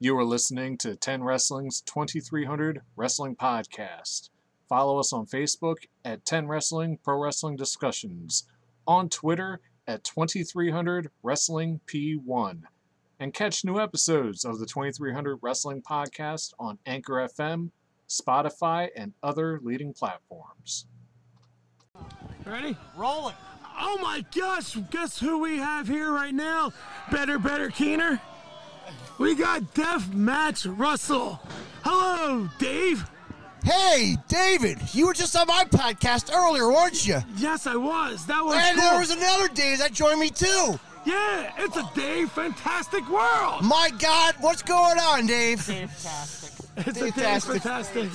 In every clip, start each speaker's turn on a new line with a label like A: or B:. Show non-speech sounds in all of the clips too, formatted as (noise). A: You are listening to 10 Wrestling's 2300 Wrestling Podcast. Follow us on Facebook at 10 Wrestling Pro Wrestling Discussions, on Twitter at 2300 Wrestling P1, and catch new episodes of the 2300 Wrestling Podcast on Anchor FM, Spotify, and other leading platforms.
B: Ready?
C: Rolling.
B: Oh my gosh, guess who we have here right now? Better, better, keener. We got Death Match Russell. Hello, Dave.
C: Hey, David, you were just on my podcast earlier, weren't you?
B: Yes, I was. That was
C: and
B: cool.
C: there was another Dave that joined me too.
B: yeah, it's a Dave Fantastic World.
C: My God, what's going on, Dave?
B: It's a Dave
C: Fantastic.
B: Fantastic.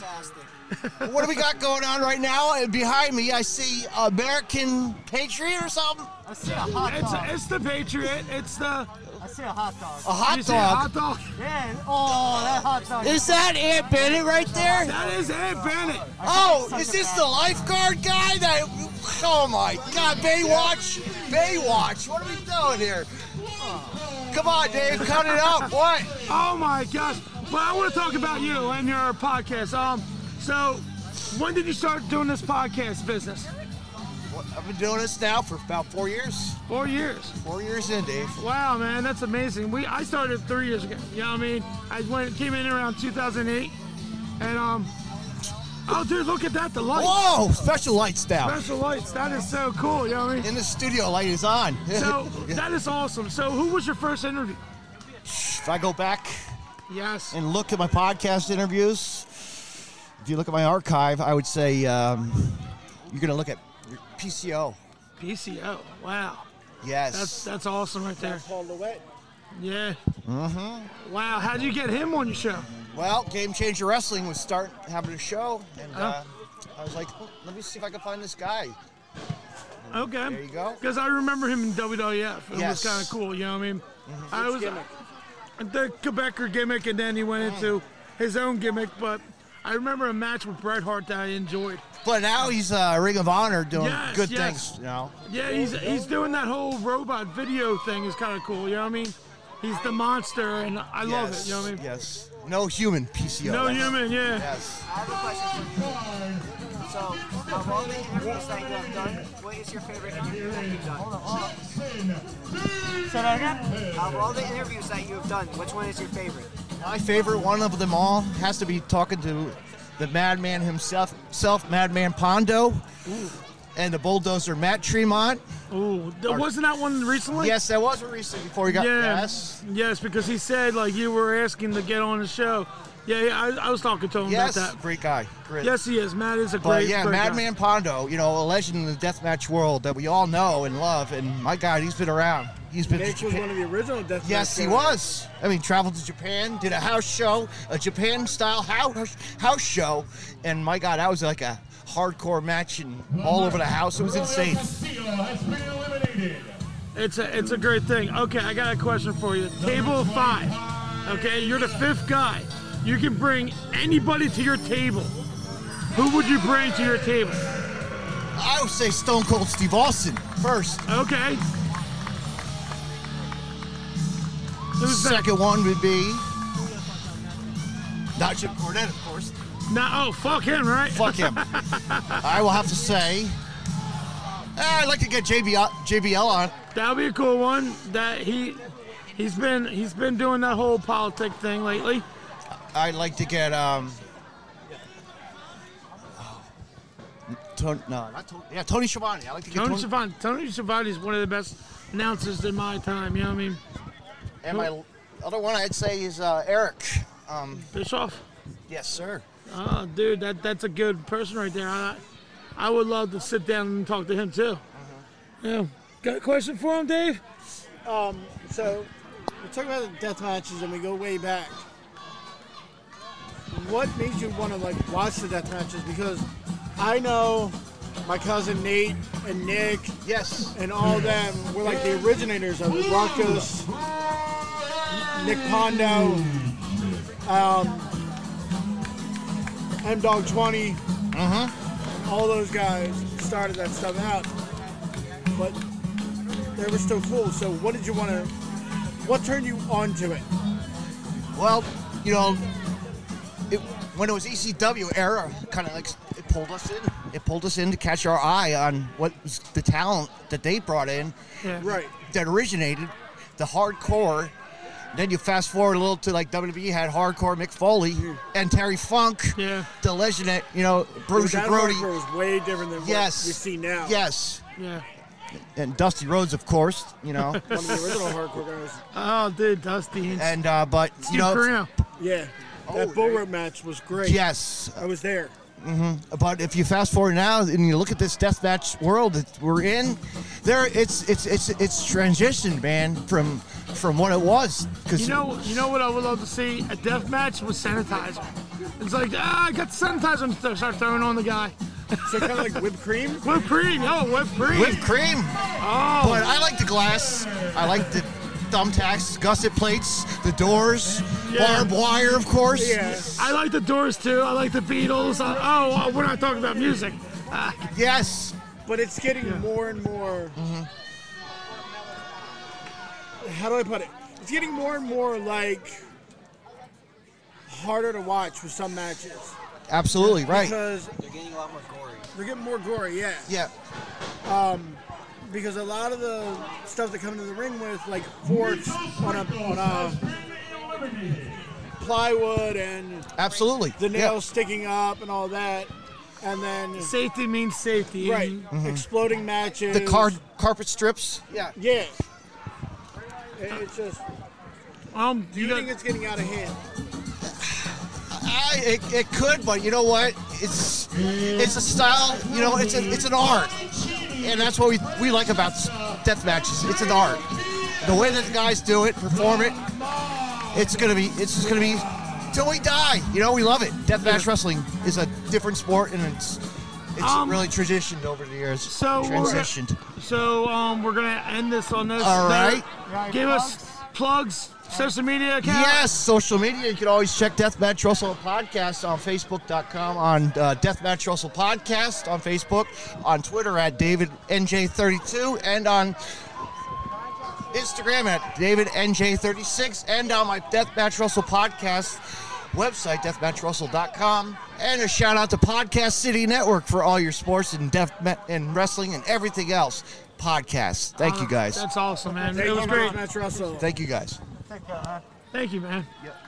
C: what do we got going on right now? And behind me, I see American Patriot or something.
D: I see a hot
B: It's,
D: dog.
B: it's the Patriot. It's the
D: I see a hot dog.
C: A hot
B: you see,
C: dog.
B: hot dog.
D: Yeah. Oh, that hot dog.
C: Is that Aunt Bennett right there?
B: That is Aunt Bennett.
C: Oh, is this the lifeguard guy that? Oh my God, Baywatch, Baywatch. What are we doing here? Come on, Dave, cut it up. What?
B: Oh my gosh. But I want to talk about you and your podcast. Um, so when did you start doing this podcast business?
C: I've been doing this now for about four years.
B: Four years.
C: Four years in, Dave.
B: Wow, man, that's amazing. We I started three years ago. You know what I mean? I went came in around 2008, and um, oh dude, look at that, the lights,
C: Whoa! Special lights now.
B: special lights. That is so cool. You know what I mean?
C: In the studio, light is on. (laughs)
B: So that is awesome. So who was your first interview?
C: if I go back
B: Yes.
C: and look at my podcast interviews, if you look at my archive, I would say um, you're going to look at your PCO.
B: PCO. Wow. That's
C: Yes.
B: that's awesome right there. Paul Lewitt. Yeah. Mm-hmm. Wow. How did you get him on your show?
C: well, Game Changer Wrestling was start having a show, and
B: Uh-huh.
C: uh, I was like, "Oh, let me see if I can find this guy.
B: Okay.
C: There you go.
B: Because I remember him in WWF. It
C: Yes. Mm-hmm.
B: was kind of cool. You know what I mean? I was the Quebecer gimmick, and then he went
C: Mm.
B: into his own gimmick. But I remember a match with Bret Hart that I enjoyed.
C: But now he's uh, Ring of Honor doing
B: Yes,
C: good
B: yes.
C: things. You know?
B: Yeah, he's he's doing that whole robot video thing. Is kind of cool. You know what I mean? He's the monster, and I love it.
C: Yes,
B: You know what I mean?
C: Yes. No human PCO.
B: No
C: That's-
B: human, yeah.
C: Yes.
D: I have a question for you. So, of all the interviews that you have done, what is your favorite interview that you've done? Hold on, Say that again. Of all the interviews that you have done, which one is your favorite?
C: My favorite one of them all has to be talking to the madman himself, self Madman Pondo, and the bulldozer Matt Tremont.
B: Ooh, th- wasn't that one recently?
C: Yes, that was recent before we got
B: Yeah.
C: yes.
B: Yes, because he said like you were asking to get on the show. Yeah, yeah. I, I was talking to him
C: Yes,
B: about that.
C: great guy. Great.
B: Yes, he is. Matt is a
C: But
B: great,
C: yeah,
B: great guy.
C: Madman Pondo, you know, a legend in the deathmatch world that we all know and love. And my God, he's been around. He's been. to
E: Mitch was
C: Japan-
E: one of the original Death
C: Yes,
E: Match
C: he
E: guys.
C: was. I mean, traveled to Japan, did a house show, a Japan-style house house show, and my God, that was like a hardcore match and all over the house. It was insane.
B: It's a it's a great thing. Okay, I got a question for you. Table of five. Okay, you're the fifth guy. You can bring anybody to your table. Who would you bring to your table?
C: I would say Stone Cold Steve Austin first.
B: Okay. Who's that?
C: Second one would be not Jim Cornette, of course.
B: No, oh fuck him, right?
C: Fuck him. I will have to say. eh, I'd like to get uh, JBL, JBL on.
B: That would be a cool one. That he he's been he's been doing that whole politic thing lately.
C: I'd like to get um. Tony, no, not Tony. Yeah, Tony Schiavone. I like to get
B: Tony
C: Tony,
B: Schiavone. Tony Schiavone is one of the best announcers in my time. You know what I mean?
C: And my other one I'd say is uh, Eric. Um,
B: Bischoff.
C: yes, sir.
B: Oh, dude, that that's a good person right there. I, I would love to sit down and talk to him too. Yeah. Got a question for him, Dave?
E: So we're talking about the death matches, and we go way back. What made you want to like watch the death matches? Because I know my cousin Nate and Nick
C: Yes.
E: and all them were like the originators of it. Ruckus, Nick Pondo, um,
C: Hmm.
E: M Dog 20,
C: Uh-huh.
E: all those guys started that stuff out. But they were still cool. So, what did you want to, what turned you on to it?
C: Well, you know, it, when it was ECW era, kind of like it pulled us in. It pulled us in to catch our eye on what was the talent that they brought in
B: Yeah.
E: Right.
C: that originated the hardcore. Then you fast forward a little to like WWE had hardcore Mick Foley and Terry Funk,
B: Yeah.
C: the legend that you know Bruiser
E: that
C: Brody.
E: hardcore was way different than
C: Yes,
E: what we see now.
C: Yes,
B: Yeah.
C: and Dusty Rhodes, of course, you know.
E: One of the original hardcore guys.
B: Oh, dude, Dusty and
C: and uh, but you
B: Steve
C: know,
B: Corino.
E: Yeah. That bull rope match was great.
C: yes,
E: I was there.
C: But if you fast forward now and you look at this deathmatch world that we're in, there it's it's it's it's transitioned, man, from from what it was. Because
B: You know, you know what I would love to see? A death match with sanitizer. It's like, ah, I got sanitizer and th- start throwing on the guy.
E: So kind of like whipped cream.
B: Whipped cream, yo, whipped cream.
C: whipped cream,
B: oh,
C: but I like the glass. I like the thumbtacks, gusset plates, the doors,
B: Yeah.
C: barbed wire, of course.
E: Yeah.
B: I like the Doors too. I like the Beatles. I, oh, uh, we're not talking about music. Uh,
C: Yes.
E: But it's getting
B: Yeah.
E: more and more. How do I put it? It's getting more and more like harder to watch with some matches
C: Absolutely right.
E: because
D: They're getting a lot more gory.
E: they're getting more gory. Yeah.
C: Yeah.
E: Because a lot of the stuff they come into the ring with, like forks on a, on a plywood and
C: Absolutely.
E: the
C: Yeah.
E: nails sticking up and all that, and then
B: safety means safety.
E: right exploding matches.
C: Mm-hmm. The car carpet strips. Yeah.
E: Yeah. It- It's just.
B: Um,
E: Do
B: you
E: you think
B: got,
E: it's getting out of hand?
C: I, it, it could, but you know what? It's it's a style. You know, it's a, it's an art, and that's what we, we like about s- death matches. It's an art. The way that the guys do it, perform it, it's gonna be it's just gonna be till we die. You know, we love it. Death match wrestling is a different sport, and it's it's
B: Um,
C: really traditioned over the years.
B: so uh, we're-
C: transitioned.
B: so um, we're gonna end this on this.
C: All
B: note.
C: right.
B: Give us plugs, social media account.
C: Yes, social media. You can always check Deathmatch Russell Podcast on Facebook.com, on uh, Deathmatch Russell Podcast on Facebook, on Twitter at DavidNJ32, and on Instagram at DavidNJ36, and on my Deathmatch Russell Podcast website, deathmatchrussell.com. And a shout out to Podcast City Network for all your sports and death and wrestling and everything else. Podcasts. Thank you guys.
B: That's awesome, man.
E: Thank
B: it was
E: you,
B: great.
E: Match Russell.
C: Thank you guys.
B: Thank you, man.
C: Yep.